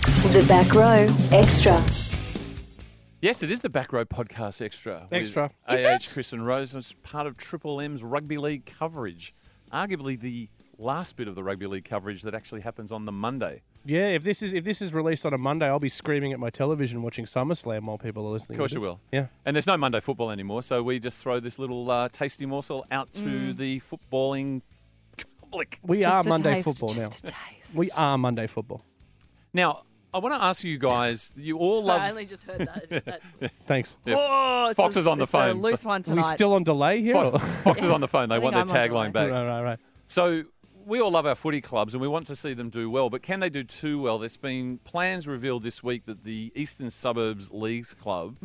The Back Row Extra. Yes, it is the Back Row Podcast Extra. with Extra. AH, Is it? Chris and Rose. It's part of Triple M's rugby league coverage. Arguably the last bit of the rugby league coverage that actually happens on the Monday. Yeah, if this is if this is released on a Monday, I'll be screaming at my television watching SummerSlam while people are listening. Of course to you this. will. Yeah. And there's no Monday football anymore, so we just throw this little uh, tasty morsel out to Mm. the footballing public. We Just are a Monday taste, football now. just a taste. We are Monday football. Now, I want to ask you guys, you all love. I only just heard that. that- Thanks. Yeah, Oh, it's Fox a, is on the it's phone. A loose one Are we tonight. still on delay here? or- Fox, Fox is on the phone. They I want their think I'm on tagline back. right, right, right. So we all love our footy clubs and we want to see them do well, but can they do too well? There's been plans revealed this week that the Eastern Suburbs Leagues Club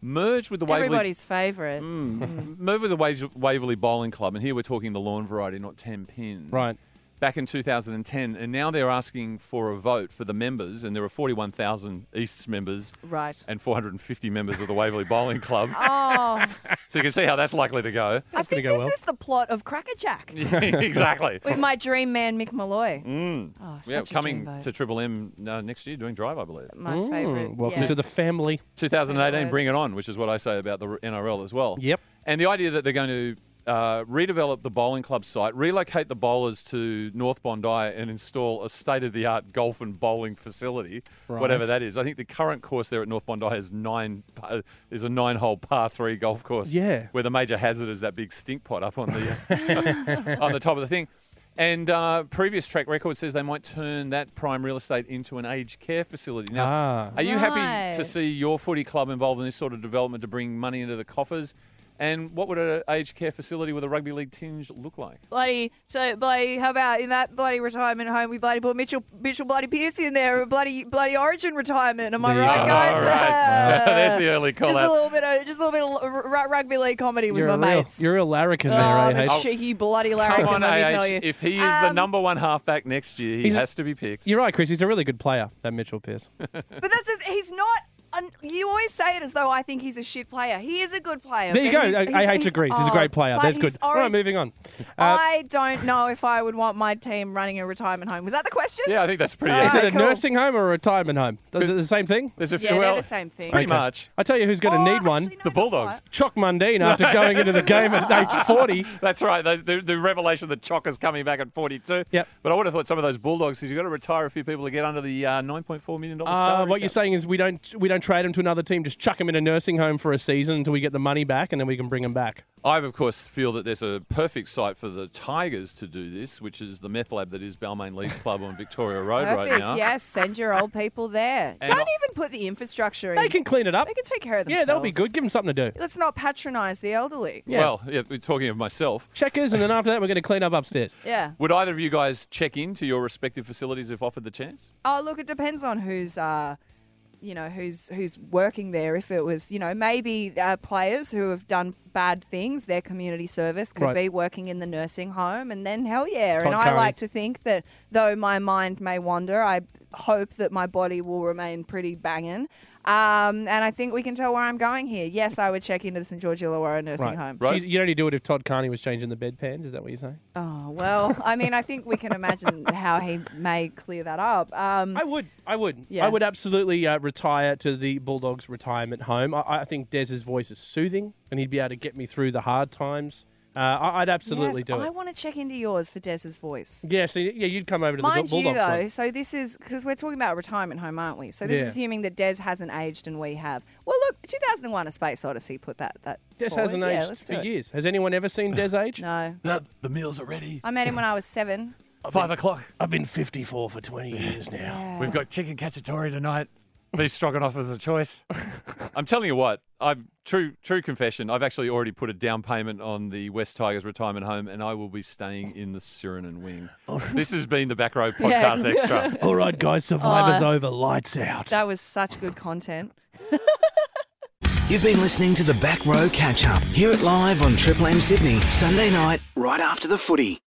merged with the Waverley Mm-hmm. Everybody's favourite. Mm. merged with the Wage- Waverley Bowling Club, and here we're talking the lawn variety, not ten pin. Right. Back in 2010, and now they're asking for a vote for the members, and there are 41,000 Easts members Right. and 450 members of the Waverley Bowling Club. Oh, So you can see how that's likely to go. I gonna think go this well. is the plot of Crackerjack exactly. with my dream man Mick Malloy. Mm. Oh, Yeah, such a coming dreamboat. to Triple M uh, next year, doing drive, I believe. my Mm, favourite. welcome yeah. to the family. 2018, words. bring it on, which is what I say about the NRL as well. Yep. And the idea that they're going to uh, redevelop the bowling club site, relocate the bowlers to North Bondi, and install a state of the art golf and bowling facility, Right. whatever that is. I think the current course there at North Bondi is nine uh, is a nine hole par three golf course. Yeah. Where the major hazard is that big stink pot up on the on the top of the thing. And uh, previous track record says they might turn that prime real estate into an aged care facility. Now, Ah. are you happy to Right. see your footy club involved in this sort of development to bring money into the coffers? And what would an aged care facility with a rugby league tinge look like? bloody so bloody how about in that bloody retirement home we bloody put Mitchell Mitchell bloody Pierce in there bloody bloody Origin retirement am I There you right go. guys? All right. Uh, There's the early call just a out. little bit of just a little bit of r- r- rugby league comedy with You're my a real, mates. you're a larrikin oh, there, I'm eh? a H? cheeky bloody larrikin, Come on, let me AH. tell you. If he is the Um, number one halfback next year, he He's- has to be picked. You're right, Chris. He's a really good player, that Mitchell Pearce. But that's the- he's not. An, you always say it as though I think he's a shit player. He is a good player. There you go. but I he's- he's- I hate to agree. He's a oh, great player. but That's his good. All right, origin- moving on. Uh, I don't know if I would want my team running a retirement home. Was that the question? Yeah, I think that's pretty. All is easy. it right, a cool. nursing home or a retirement home? Is it the same thing? There's a few, Yeah, they're well, the same thing. Pretty Okay. much. I tell you who's going to Oh, need one. actually, no, The that's Bulldogs. right. Chuck Mundine after going into the game at age 40. That's right. The, the, the revelation that Chocker's coming back at 42. Yep. But I would have thought some of those Bulldogs, because you've got to retire a few people to get under the uh, $9.4 million Uh, salary what you're cap. saying is we don't we don't trade him to another team. Just chuck him in a nursing home for a season until we get the money back, and then we can bring him back. I, of course, feel that there's a perfect site for the Tigers to do this, which is the meth lab that is Balmain Leagues Club on Victoria Road Perfect. right now. Yes, send your old people there. And don't I- even put the infrastructure in. They can clean it up. They can take care of Yeah, themselves. that'll be good. Give him something to do. Let's not patronise the elderly. Yeah. Well, yeah, we're talking of myself. Checkers, and then after that, we're going to clean up upstairs. Yeah. Would either of you guys check into your respective facilities if offered the chance? Oh, look, it depends on who's, uh, you know, who's who's working there. If it was, you know, maybe uh, players who have done bad things, their community service could Right. be working in the nursing home, and then hell yeah. Todd and I Curry. like to think that though my mind may wander, I hope that my body will remain pretty banging. Um, and I think we can tell where I'm going here. Yes, I would check into the St George Illawarra nursing home. Right. She's- You'd only do it if Todd Carney was changing the bedpans. Is that what you're saying? Oh well, I mean, I think we can imagine how he may clear that up. Um, I would. I would. Yeah. I would absolutely uh, retire to the Bulldogs retirement home. I, I think Dez's voice is soothing, and he'd be able to get me through the hard times. Uh, I, I'd absolutely yes, do it. I want to check into yours for Des's voice. yeah, so yeah, you'd come over to Mind the Bull- you, Bulldogs. though, one. so this is because we're talking about retirement home, aren't we? So this Yeah. is assuming that Des hasn't aged and we have. Well, look, 2001: A Space Odyssey put that that. Des forward. hasn't Yeah, aged let's do for it. years. Has anyone ever seen Des age? No, the meals are ready. I met him when I was seven. Five o'clock. I've been 54 for 20 years now. Yeah. We've got chicken cacciatore tonight. Beef stroganoff as a choice. I'm telling you what. I'm true. True confession. I've actually already put a down payment on the West Tigers retirement home, and I will be staying in the Surinan wing. this has been the Back Row Yeah. Podcast Extra. All right, guys, Survivor's over. Lights out. That was such good content. You've been listening to the Back Row Catch Up. Hear it live on Triple M Sydney, Sunday night, right after the footy.